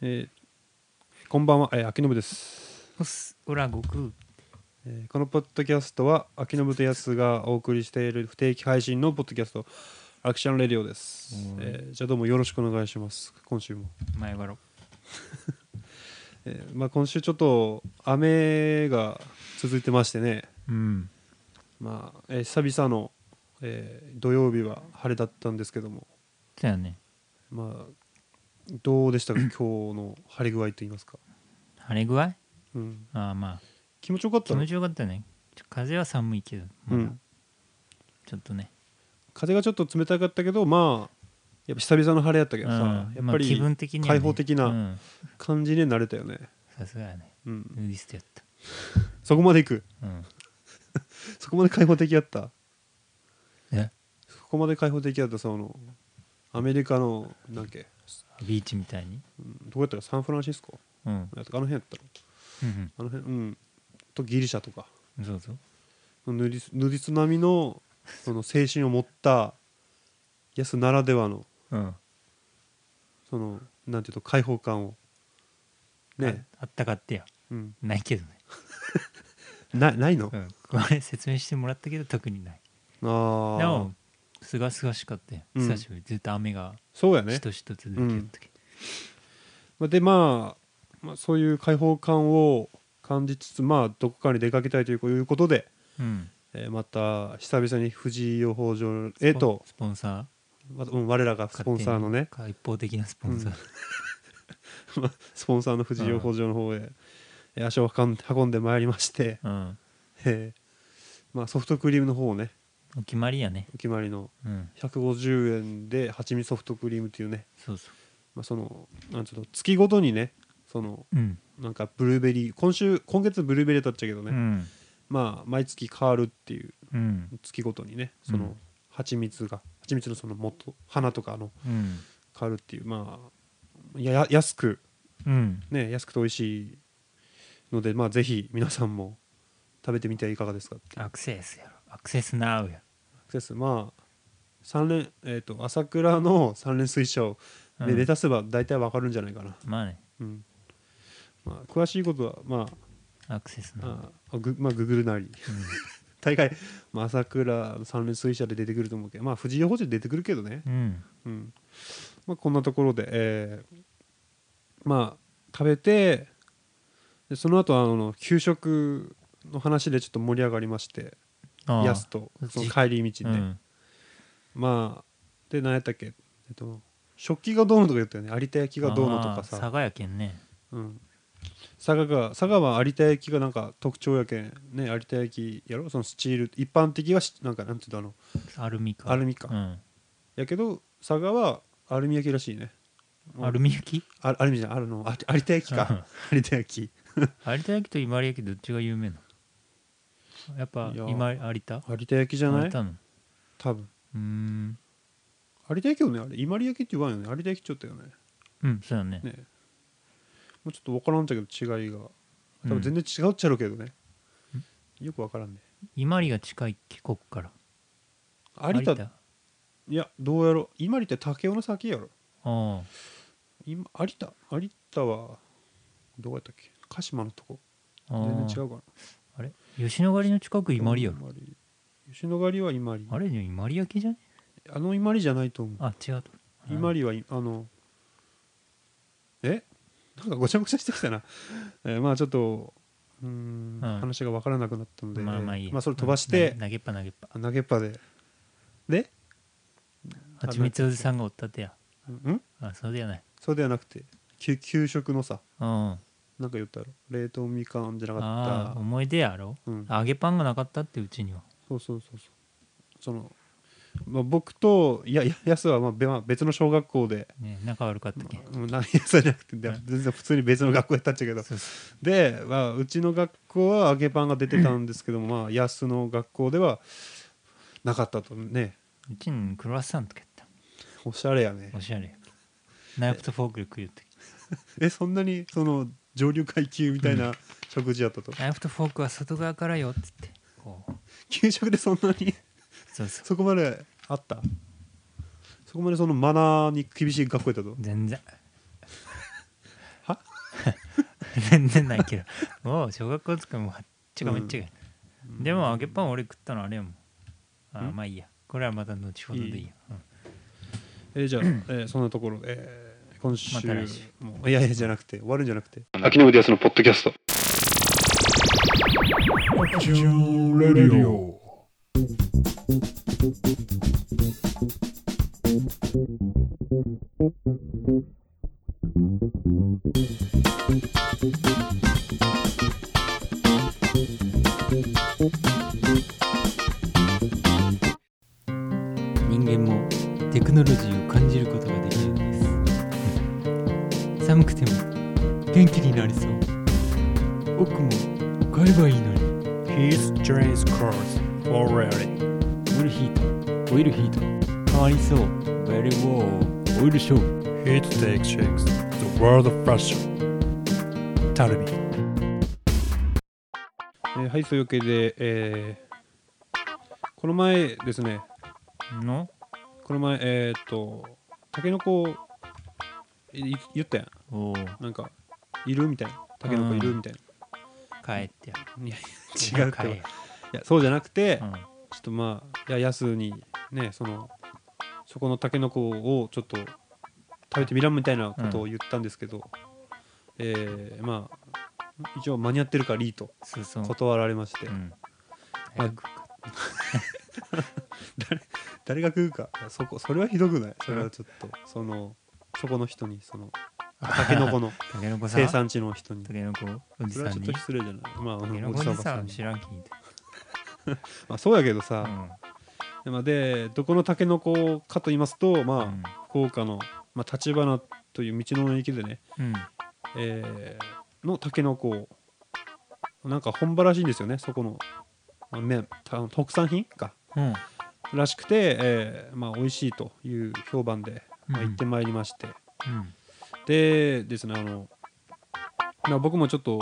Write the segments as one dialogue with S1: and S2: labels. S1: えーこんばんは、えー、秋信です、
S2: うっす裏悟空
S1: えーこのポッドキャストは秋信とやすがお送りしている不定期配信のポッドキャストアクションレディオです
S2: う、ん
S1: えーじゃあどうもよろしくお願いします今週も、
S2: 前払ろ
S1: えーまあ、今週ちょっと雨が続いてましてね、
S2: うん
S1: まあえー久々の、えー土曜日は晴れだったんですけども
S2: そうやね
S1: まあどうでした か今日の晴れ具合といいますか、
S2: 晴れ具合
S1: うん、
S2: ああまあ
S1: 気持ちよかった
S2: 気
S1: の
S2: 持ちよかったねちょ風は寒いけど、
S1: う
S2: まだ
S1: ん、
S2: ちょっとね
S1: 風がちょっと冷たかったけどまあやっぱ久々の晴れやったけどさ、
S2: うん
S1: やっぱ
S2: まあ気
S1: り
S2: 分的には
S1: 開
S2: ね
S1: 放的な
S2: うん
S1: 感じに慣れたよね、
S2: さすがやね
S1: うん
S2: ウイストやっ
S1: そこまで行く
S2: たうん
S1: そこまで開放的やった
S2: え
S1: そこまで開放的やったそのアメリカのなんだっけ、
S2: ビーチみたいに
S1: うんどこやったかサンフランシスコ
S2: うん
S1: やったかあの辺やったの
S2: うん
S1: あの辺うんとギリシャとか
S2: うんそうそう
S1: ぬりぬりつ並みのその精神を持ったやすならではの
S2: うん
S1: そのなんていうと開放感をね、
S2: ああったかってや
S1: うん、
S2: ないけどね、
S1: なないの、
S2: う
S1: あ
S2: ん、これ説明してもらったけど特にない
S1: あ
S2: でもすがすがしかったよ
S1: うん
S2: 久しぶり、ずっと雨が
S1: そうやね
S2: しとしと続いてる時、
S1: まあで、まあ、まあそういう開放感を感じつつまあどこかに出かけたいということで、
S2: うん、
S1: えーまた久々に藤井養蜂場へと
S2: スポンサー
S1: またうん我らがスポンサーのね
S2: 勝手に一方的なスポンサー、
S1: スポンサーの藤井養蜂場の方へえー足を運ん運んでまいりまして、
S2: うん
S1: えーまあ、ソフトクリームの方をね
S2: お決まりやね
S1: お決まりの
S2: うん
S1: 150円で蜂蜜ソフトクリームっていうね、
S2: そうそ
S1: まあ、そのなんつうの月ごとにねその
S2: ううん、
S1: なんかブルーベリー今週今月ブルーベリーだったっちゃけどね、
S2: うん
S1: まあ毎月変わるっていう
S2: うん
S1: 月ごとにねその蜂蜜が蜂蜜のその元花とかの
S2: うん
S1: 変わるっていうまあやや安く
S2: うん
S1: ね安くて美味しいのでまあぜひ皆さんも食べてみてはいかがですかっていう
S2: アクセスやろアクセスナウや
S1: アクセスまあ三連えっ、と朝倉の三連水晶
S2: う
S1: で
S2: ん
S1: レタスば大体わかるんじゃないかな、
S2: まあね
S1: うんまあ、詳しいことはま
S2: アクセス
S1: あ
S2: ナウ、
S1: ああグまあグーグルなり
S2: うん
S1: 大概、まあ、朝倉三連水車で出てくると思うけどまあ藤井予報士で出てくるけどね、
S2: うん
S1: うんまあ、こんなところで、えーまあ食べてでその後あの給食の話でちょっと盛り上がりまして
S2: ああ
S1: やすとその帰り道
S2: う
S1: で、
S2: ん、
S1: まあで何やったっけ、えっと、食器がどうのとか言ったよね有田焼がどうのとか
S2: ああ
S1: さ
S2: 佐賀やけんね
S1: うん佐賀が佐賀は有田焼がなんか特徴やけんね有田焼やろそのスチール一般的はしなんかなんていうのあの
S2: アルミか
S1: アルミか、
S2: うん
S1: やけど佐賀はアルミ焼きらしいね
S2: アルミ焼き
S1: あアルミじゃんあるのあ有田焼きか 有田焼き
S2: 有田焼きと伊万里焼きどっちが有名なのやっぱ
S1: いや
S2: 今有田
S1: 有田焼きじゃな
S2: 有
S1: い
S2: 田の
S1: 多分
S2: うーん
S1: 有田焼きよねあれ伊万里焼きって言わんよね有田焼きちょっとよね
S2: うんそうやね
S1: ねもうちょっと分からんちゃけど違いが多
S2: うん
S1: 分全然違うっちゃろうけどね、よく分からんね
S2: 伊万里が近い帰国から
S1: 有田いやどうやろ伊万里って竹雄の先やろ
S2: ああ
S1: 今有田有田はどこやったっけ鹿島のとこ
S2: ああ
S1: 全然違うかな
S2: あれ吉野ヶ里の近く伊万里やろ
S1: 伊万里吉野ヶ里は伊万里
S2: あれね伊万里焼きじゃね
S1: あの伊万里じゃないと思う
S2: あ違うと
S1: 伊万里はいあのえなんかごちゃごちゃしてきたな、 えーまあちょっとうーん、
S2: うん
S1: 話が分からなくなったので
S2: まあまあいいや
S1: それ飛ばして
S2: うん、投げっぱ投げっぱ
S1: 投げっぱでで
S2: はちみつおじさんがおったてや
S1: うん
S2: あそうではない
S1: それではなくて給給食のさ
S2: うんあ
S1: なんか言ったやろ冷凍みかんじゃなか
S2: あ
S1: った
S2: 思い出やろ
S1: うん
S2: 揚げパンがなかったってうちには
S1: そうそうそうそうその、まあ、僕といやいややすはまあべまあ別の小学校で
S2: ね仲悪かったけん
S1: うん ないやそうじゃなくてで全然普通に別の学校やったっちゃけど
S2: そうそ
S1: で、まあ、うちの学校は揚げパンが出てたんですけども、まあ、安の学校ではなかったとね
S2: ううちにクロワッサンとかやっ
S1: おしゃれやね
S2: たおしゃれやけんナイフとフォークで食うとき
S1: えそんなにその上流階級みたいな食事やったと、
S2: ナイフとフォークは外側からよっつってこう
S1: 給食でそんなに
S2: そうそう
S1: そこまであったそこまでそのマナーに厳しい学校やったと
S2: 全然 全然ないけどもう小学校つくもはっちがめっちゃが、でも揚げパン俺食ったのあれやもんあー
S1: ん
S2: まあいいやこれはまた後ほどでいいや
S1: いいえーじゃあ、えーそんなところで、えー今週
S2: また来週
S1: もういやいやじゃなくて終わるんじゃなくて
S3: 秋信康のポッドキャスト
S4: Joe Radio.
S2: 人間もテクノロジーを感じることができるんです 寒くても元気になりそう奥も買えばいいのに
S4: His train's cars already.
S2: オイルヒートオイルヒート変わりそうベリーウォーオイルショー
S4: It takes shakes the world of fashion. Talbi.
S1: えーはいそういうわけで、えーこの前ですね
S2: の
S1: この前えーっとタケノコいい言ったやん
S2: おお
S1: なんかいるみたいなタケノコいるみたいな、
S2: 帰ってや
S1: いや違うって
S2: 帰
S1: ばい
S2: れ
S1: やそうじゃなくて、
S2: うん
S1: ちょっとまあいややすにねそのそこのタケノコをちょっと食べてみらんみたいなことを言ったんですけど、えーまあ一応間に合ってるからいいと
S2: そうそう
S1: 断られまして、
S2: うん
S1: まあ 誰 誰が食うかそこそれはひどくないそれはちょっと、そのそこの人にそのタケノ コの
S2: タケノコさん
S1: 生産地の人に
S2: タケノコおじ
S1: それ
S2: さ
S1: はち
S2: ん
S1: ょっと
S2: にタ
S1: 失礼じゃないまあお
S2: ケノコ
S1: じさんお
S2: おじ
S1: ば
S2: さ
S1: さん
S2: ん
S1: に
S2: 知らん聞いて
S1: まあそうやけど
S2: う
S1: さ、
S2: ん
S1: でまあでどこのタケノコかと言いますとまあ、
S2: うん
S1: 福岡のまあ、立花という道の駅でね、
S2: うん
S1: えーのタケノコなんか本場らしいんですよねそこの、まあ、麺た特産品からしくて、えーまあ、美味しいという評判で、まあ、
S2: うん
S1: 行ってまいりまして、
S2: うん
S1: でですねあの、まあ、僕もちょっと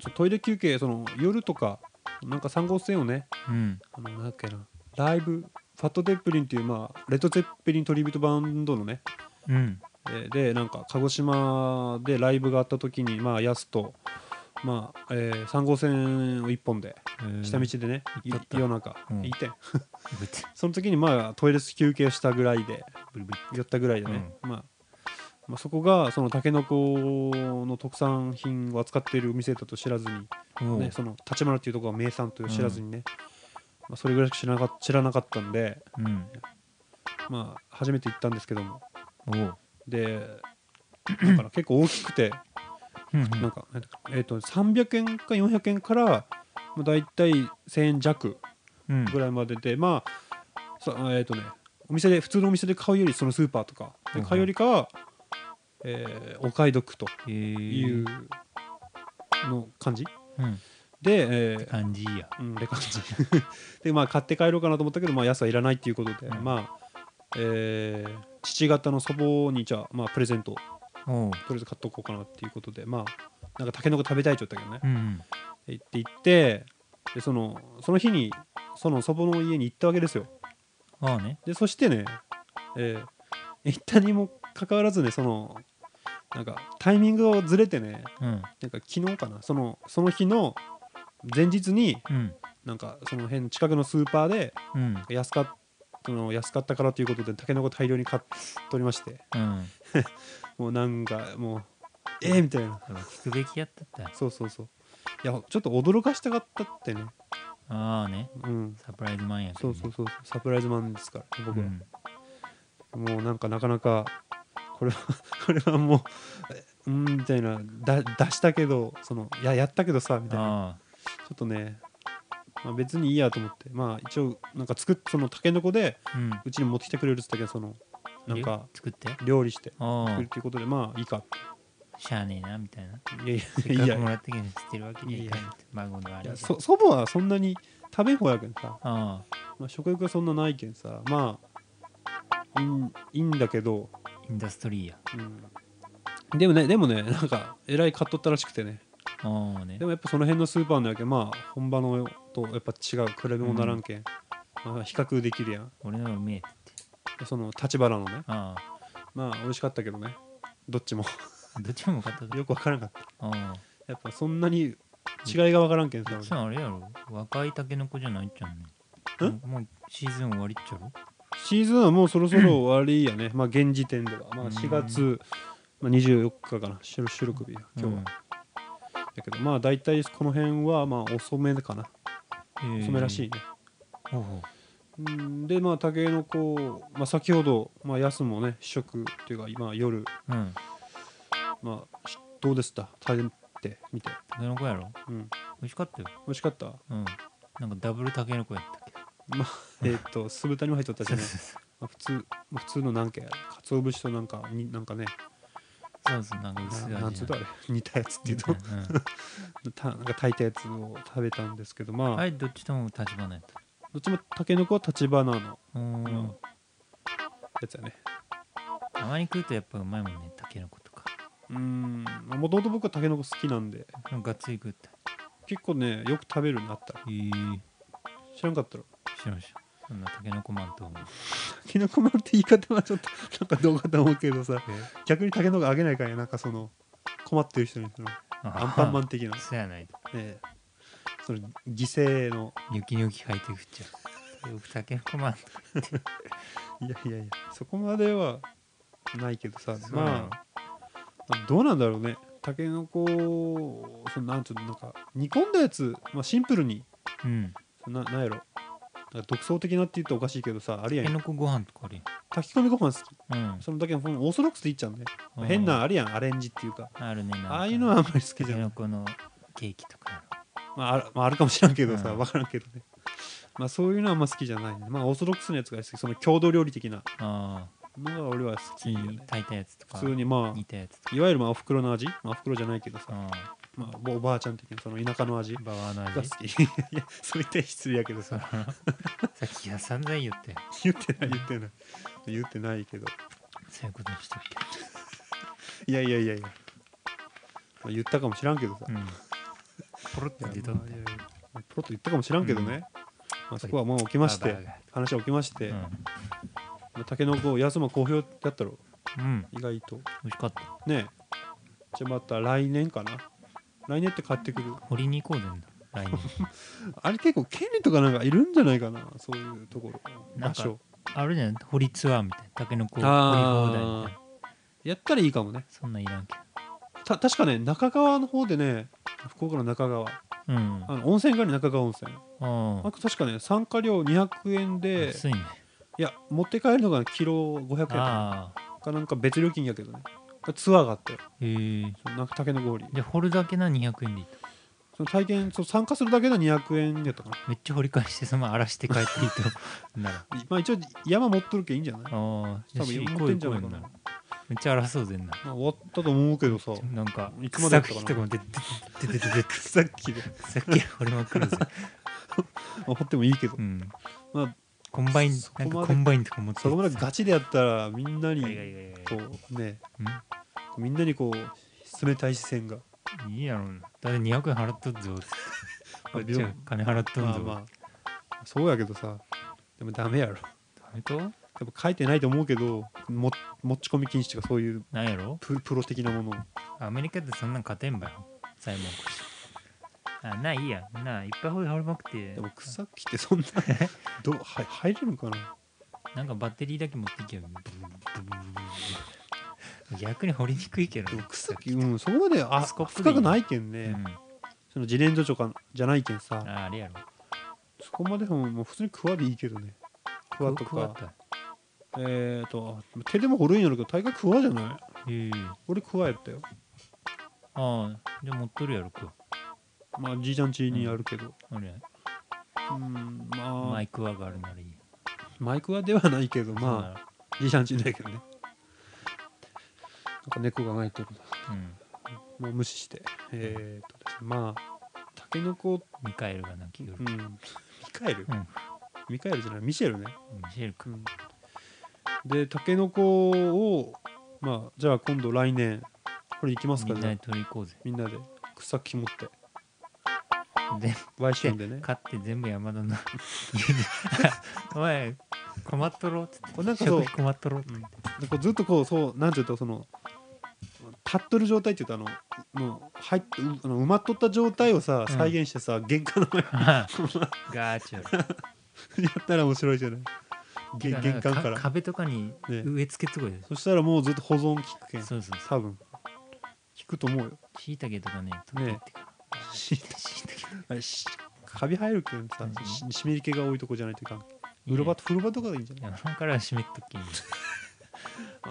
S1: ちょトイレ休憩その夜とかなんか3号線をね
S2: うん
S1: あのなんだっけなライブファット・デッペリンっていう、まあ、レッド・ゼッペリントリビュートバンドのね
S2: うん
S1: えーでなんか鹿児島でライブがあった時にまあやすと、まあえー3号線を1本で
S2: うん
S1: 下道でね、い
S2: 行っとった
S1: 夜中、
S2: うん
S1: 行ってん
S2: ぶつ
S1: その時にまあトイレ休憩したぐらいで
S2: ぶりぶり
S1: 寄ったぐらいでね、まあまあ、そこがそのタケノコの特産品を扱っているお店だと知らずに、
S2: おう
S1: ね、その立花っていうところが名産という知らずにね、まあ、それぐらいしか知らなか知らなかったんで、
S2: うん
S1: まあ、初めて行ったんですけども
S2: おう
S1: で だから結構大きくて
S2: うんうん
S1: なんか、えっと300円か400円から、まあ、大体1000円弱
S2: うん
S1: ぐらいまでで、まあそえっ、とねお店で普通のお店で買うよりそのスーパーとかで買うよりかは、えーお買い得と
S2: えー
S1: いうの感じ
S2: うん
S1: で、えー
S2: 感じや
S1: うん、で感じ でまあ買って帰ろうかなと思ったけど、まあ、安はいらないっていうことで、
S2: うん
S1: まあえー父方の祖母にじゃあ、まあ、プレゼントをと
S2: おう
S1: りあえず買っとこうかなっていうことでまあなんかタケノコ食べたいちょっとだけどね、
S2: うん
S1: 行って行ってでそのその日にその祖母の家に行ったわけですよ
S2: ああね
S1: でそしてね、えー行ったにもかかわらずねそのなんかタイミングをずれてね
S2: うん
S1: なんか昨日かなそのその日の前日に
S2: うん
S1: なんかその辺近くのスーパーで
S2: うん
S1: 安かっその安かったからということでタケノコ大量に買っとりまして
S2: うん
S1: もうなんかもうえー、みたいな
S2: 聞くべきやったった
S1: そうそうそういやちょっと驚かしたかったってね
S2: ああね
S1: うん
S2: サプライズマンやけ
S1: そ
S2: ど
S1: う
S2: ね
S1: そうそうそうサプライズマンですから僕
S2: う
S1: は、
S2: ん
S1: もうなんかなかなかこれは これはもうえうんみたいなだ出したけどそのいややったけどさみたいな
S2: あ
S1: ちょっとね、まあ、別にいいやと思ってまあ一応なんか作っそのタケノコで
S2: あうん
S1: うちに持ってきてくれるっつったけどそのなんか
S2: で作って
S1: 料理して
S2: あ
S1: 作
S2: あ
S1: るっていうことでまあいいか
S2: しゃあねえなみたいない
S1: やい
S2: せっ
S1: やい
S2: か
S1: やい
S2: く
S1: や
S2: もらったけど捨てるわけにはいかんって孫のあ
S1: い
S2: れ
S1: や
S2: が
S1: そ祖母はそんなに食べん方やけんさ、
S2: ああ
S1: まあ、食欲がそんなないけんさまあいいんいいんだけど
S2: インダストリーや
S1: でもねでもねなんかえらい買っとったらしくてね
S2: ああね
S1: でもやっぱその辺のスーパーのやけんまあ本場のとやっぱ違う比べもならんけん、まあ、比較できるやん
S2: 俺のはうめえって言って
S1: でその立花のね
S2: ああ
S1: まあ美味しかったけどねどっちも
S2: どっちも買ったぞ
S1: よくわからんかっ
S2: ああ
S1: やっぱそんなに違いが分からんけんさ、
S2: さああれやろ若いタケノコじゃないっちゃうねもうもうシーズン終わりっちゃろ
S1: シーズンはもうそろそろ終わりや ねまあ現時点では、まあ、
S2: うん
S1: 4月、まあ、24日かな収収録日や今日は、だけどまあ大体この辺はまあ遅めかな
S2: うんえー
S1: 遅めらしいね、
S2: ほうほ
S1: うんでまあたけのこ、まあ、先ほど、まあ、ヤスもね試食っていうか今夜、
S2: ううん
S1: まあ、しどうでした食べてみて、
S2: タケノコやろ
S1: うん、
S2: 美味しかったよ
S1: 美味しかった
S2: うんなんかダブルタケノコやったっ
S1: まあえーっ と酢豚にも入っとった
S2: け
S1: しね、まあ、普通、まあ、普通のなんかやかつお節となんかになんかね
S2: そうそうなんか薄味
S1: ななんつう とあれ似たやつっていう
S2: う
S1: と
S2: ん
S1: たなんか炊いたやつを食べたんですけどまあ、
S2: うんはいどっちとも立花やった
S1: どっちもたけのこは立花の
S2: うーん
S1: やつやね
S2: たまに食うとやっぱうまいもんねタケノコとか
S1: うんもともと僕はたけのこ好きなんで
S2: でもがっつり食った
S1: 結構ねよく食べるようになった
S2: えー
S1: 知らんかったろ
S2: 知らんしそんなタケノコマンと思う
S1: タケノコマンって言い方はちょっと なんかどうかと思うけどさ逆にタケノコあげないからねなんかその困ってる人にそのアンパンマ
S2: ン
S1: ン的な、
S2: そうやないと
S1: ええその犠牲の
S2: ニョキニョキ履いて食っちゃうよくタケノコマンと
S1: いやいやいやそこまではないけどさ
S2: そうなの
S1: まあどうなんだろうねタケノコをそのなんつうのなんか煮込んだやつ、まあ、シンプルに
S2: うん
S1: ななんやろなんか独創的なって言っておかしいけどさあれ
S2: タ
S1: や
S2: ケ
S1: ん
S2: ノコご飯とかある
S1: 炊き込みご飯好き
S2: やん
S1: そのだけのほんオーソドックスでいっちゃうんだよ
S2: うん
S1: 変なあれやんアレンジっていうか
S2: あるねなんか
S1: ああいうのはあんまり好き
S2: タ
S1: じ
S2: ケ
S1: ゃない
S2: ノコのケーキとかやろ
S1: まあ、あるまあ、あるかもしれんけどさ、
S2: うん
S1: 分からんけどね。まあ、そういうのはあんま好きじゃないね。まあ、オーソドックスなやつが好き。その郷土料理的な
S2: ああ
S1: のが俺は好
S2: 普
S1: き
S2: 通
S1: よ
S2: に
S1: ね。
S2: 炊いたやつとか
S1: 普通にま
S2: 煮たやつとか
S1: あ、いわゆるまあおふくろの味、まあ、おふくろじゃないけどさ、
S2: あ
S1: まあ、おばあちゃん的なその田舎の味
S2: あ
S1: が
S2: ババアの
S1: 好
S2: 味
S1: き。 いや、そう言ったら失礼やけど
S2: その
S1: さ、
S2: さっきは散々言って
S1: 言ってない、言ってない。言ってないけど。
S2: そういうことにしたっ
S1: いやいやいやいや。まあ、言ったかもしらんけどさ
S2: け。うんポロッと
S1: い
S2: 出
S1: や
S2: た
S1: ま
S2: ん
S1: あ
S2: だ
S1: い
S2: よ
S1: やいやまあポロッと言ったかもしらんけどね。まあ、そこはもう起きまし
S2: ババア
S1: て
S2: が、
S1: 話は起きまして、
S2: う
S1: まあたけのこ、安間好評だったろ、
S2: んうん
S1: 意外と。
S2: 美味しかった
S1: ねえじゃあまた来年かな来年って買ってくる
S2: 掘りに行こうぜんだ来年
S1: あれ結構権利とかなんかいるんじゃないかなそういうところ
S2: な
S1: 場
S2: んか
S1: 所
S2: あるじゃん掘りツアーみたいなタケノコ掘り放
S1: あー
S2: 題みたいな
S1: やったらいいかもね
S2: そんなんいらんけ
S1: た確かね中川の方でね福岡の中川
S2: どうん
S1: あの温泉がある中川温泉
S2: あ
S1: あと確かね参加料200円
S2: あ
S1: で
S2: 安いね
S1: いや持って帰るのがキロ500円か
S2: ああ
S1: なかなんか別料金やけどねツアーがあって
S2: へえ
S1: そのなんか竹の氷
S2: じゃあ掘るだけな200円でいいと
S1: その体験そう参加するだけで200円やったかな
S2: めっちゃ掘り返してそのまま荒らして帰っていい となら
S1: まあ一応山持っとるけんいいんじゃない
S2: ああじ
S1: 多
S2: ゃあ
S1: 分
S2: 行
S1: 持
S2: こ
S1: って
S2: うん
S1: じ
S2: 行
S1: ゃ
S2: こ
S1: ないか
S2: うよな
S1: な
S2: めっちゃ荒らそうぜんな
S1: まあ終わったと思うけど さ
S2: なんか
S1: いつまで
S2: 草
S1: やったかな
S2: 木とかも出て出て出て 出て
S1: さっきで
S2: さっき掘りまくる ぜ
S1: 掘ってもいいけど
S2: う、ん
S1: まあ、
S2: コンバイン
S1: そこ
S2: な
S1: ま
S2: ん
S1: で
S2: かコンバインとか持って
S1: そこまでガチでやったらみんなに
S2: いやいやいやいや
S1: こうね
S2: う
S1: みんなにこう冷たい視線が、
S2: んいいやろなだって200円払っとっぞこっちは金払っとん
S1: まあ
S2: ぞ、
S1: まあそうやけどさでもダメやろ
S2: ダメと
S1: 多分書いてないと思うけども持ち込み禁止とかそういう
S2: なんやろ
S1: ププロ的なものを
S2: アメリカってそんなん勝てんばよサイモンコシあないいやなあいっぱい掘り掘りまくって
S1: でも草木って そんなどうは入れるのかな
S2: なんかバッテリーだけ持っていけよ逆に掘りにくいけど
S1: でも草木うんそこまであ
S2: スコップでいい
S1: 深くないけん
S2: う
S1: ね、
S2: ん、
S1: その自然助長かじゃないけんさ
S2: ああれやろ
S1: そこまでももう普通にクワでいいけどねクワと
S2: クワ
S1: か
S2: クワ
S1: えー、と手でも掘るんやろうけど大概クワじゃない
S2: とへえ
S1: 俺クワやったよ
S2: ああじゃあ持っとるやろクワ
S1: まあじいちゃん家にあるけど
S2: あれ
S1: うんまあ
S2: マ
S1: マ
S2: イ
S1: イ
S2: クワがあるならいい
S1: クワではないけどま
S2: あ
S1: あじいちゃん家だけどねなんか猫が鳴いてるな
S2: うん
S1: もう無視してえー、とですねまあタケノコ
S2: ミカエルが泣きよ
S1: うん
S2: る
S1: ミカエル、
S2: うん
S1: ミカエルじゃないミシェルね
S2: ミシェル君
S1: うんでタケノコをまあじゃあ今度来年これ行きます
S2: み
S1: か
S2: ん
S1: じ
S2: な
S1: ゃあ
S2: で取り行こうぜ
S1: みんなで草木持って
S2: で
S1: ワイションでね
S2: 買って全部山田の家に「 お前困っとろ」っつって
S1: これなん
S2: 「
S1: かそう
S2: 食費困っとろ」って
S1: でこうずっとこうそうなんていうとその立っとる状態って言うとあのもう入っうあの埋まっとった状態をさ
S2: うん
S1: 再現してさ、玄関の前
S2: ガーチョ
S1: やったら面白いじゃない げ
S2: ル
S1: 玄関から
S2: 壁とかに
S1: ね
S2: 植え付けとかで
S1: そしたらもうずっと保存聞くけん
S2: そうそうそ
S1: 多
S2: う
S1: 分聞くと思うよ
S2: しいたけとかね取ってってから
S1: し
S2: しいたけ
S1: あれ しカビ生えるけんさ、
S2: うん
S1: し湿り気が多いとこじゃないといかん
S2: いね
S1: 風呂場と風呂場とかがいいんじゃない
S2: 山からは湿っときに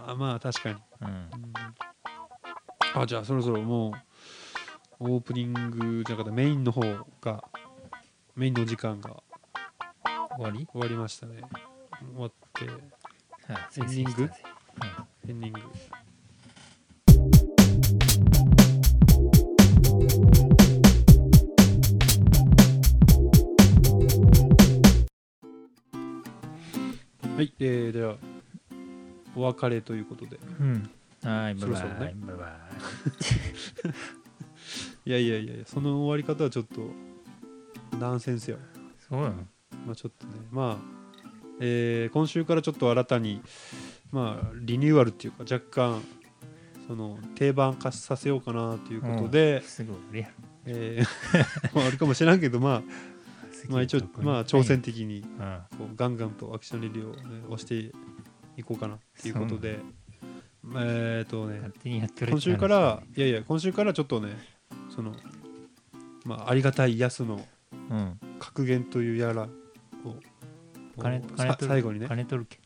S1: あまあ確かに、
S2: うん
S1: あじゃあそろそろもうオープニングじゃなかったメインの方がメインの時間が
S2: 終わり
S1: 終わりましたね終わって
S2: はい
S1: エンディング
S2: うん
S1: エンディングはい、えー、ではお別れということで
S2: うんはいバイバ
S1: そろそろ
S2: イ
S1: ね
S2: バイバ
S1: いやいやいやいやその終わり方はちょっと断線せよ
S2: イそうなの
S1: まあちょっとねまあ、えー今週からちょっと新たにまあリニューアルっていうか若干その定番化させようかなということで、
S2: すごい俺や
S1: えー まああるかもしれんけどまあまあ一応まあ挑戦的に
S2: うん
S1: こうガンガンとアクションレビューを、ね、押していこうかなっていうことでえーっとね
S2: 勝手にやってる
S1: 今週からいやいや今週からちょっとねそのまあありがたい安の
S2: うん
S1: 格言というやらを
S2: 金
S1: を
S2: 金
S1: さ
S2: 取る
S1: 最後にね
S2: 金取るけ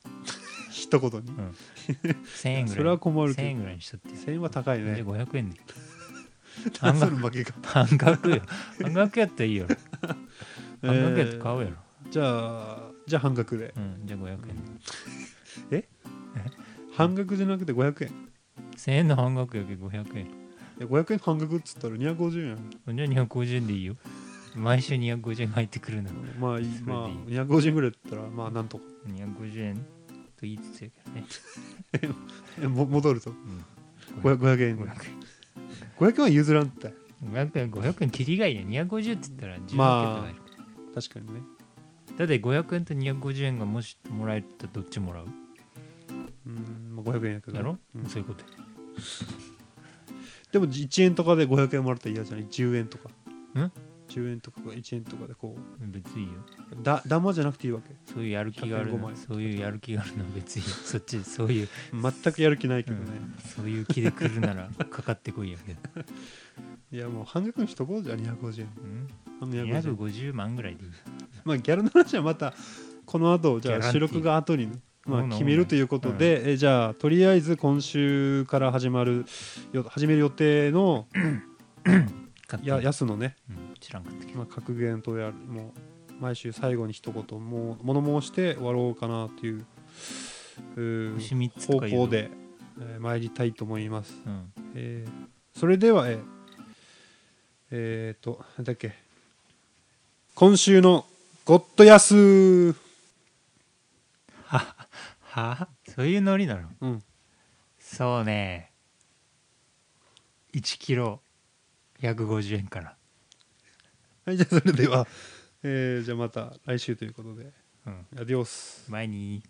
S1: 一言に
S2: 1000円ぐらい
S1: それは困る
S2: 1000
S1: け
S2: 円
S1: ど
S2: ぐらいにしとって
S1: 1000円は高い
S2: じゃ
S1: ね
S2: あ500円で
S1: 何その負けが
S2: 半 額よ半額やったらいいよ半額やったら買おうやろ、
S1: じゃあじゃあ半額で
S2: うんじゃあ500円で
S1: 半額じゃなくて500円い
S2: 1000円の半額やけど500円
S1: や500円半額っつったら250円
S2: じゃあ250円でいいよ毎週250円入ってくるな
S1: まあいい
S2: それでいい
S1: まあ250円ぐらいだったらまあなんとか
S2: 250円と言いつつやけどね、
S1: えも戻ると
S2: うん、
S1: 500 500円
S2: 500
S1: 500円は譲らんって
S2: 円500円500円切りがいいね250って言ったら10円
S1: ま確かにね
S2: だって500円と250円がもしもらえたらどっちもらう
S1: うんまあ500円やけど
S2: やろ、
S1: うん
S2: そういうことや
S1: でも1円とかで500円もらったら嫌じゃない10円とか
S2: ん
S1: 10円とか1円とかでこう
S2: 別にいいよ
S1: だダマじゃなくていいわけ
S2: そういうやる気がある
S1: 105
S2: の
S1: 枚
S2: そういうやる気があるのは別にいいよそっちそういう
S1: 全くやる気ないけどね、
S2: そういう気で来るならかかって こいやけど、
S1: いやもう半額にしとこうじゃん250円
S2: うん、
S1: あの250円
S2: 250万ぐらいでいい
S1: まあギャラの話はまたこの後じゃ
S2: ギャラン
S1: あ
S2: ティー
S1: 収録が後にねま
S2: う
S1: あ
S2: ん
S1: 決めるということで、えじゃあとりあえず今週から始まるよ始める予定の
S2: 買って
S1: や安のね、
S2: うん、知らんかったけど
S1: まあ、格言とやるもう毎週最後に一言もう物申して終わろうかなといううー
S2: 星3つと
S1: 方
S2: か言うの
S1: 向、で、えー参りたいと思います。
S2: うん、
S1: えーそれではえーえー、となんだっけ今週のゴッドヤスー
S2: ははそういうノリなの
S1: うん
S2: そうね1キロ150円から、
S1: はいじゃあそれでは、えーじゃあまた来週ということで
S2: うん、
S1: アディオス
S2: 前に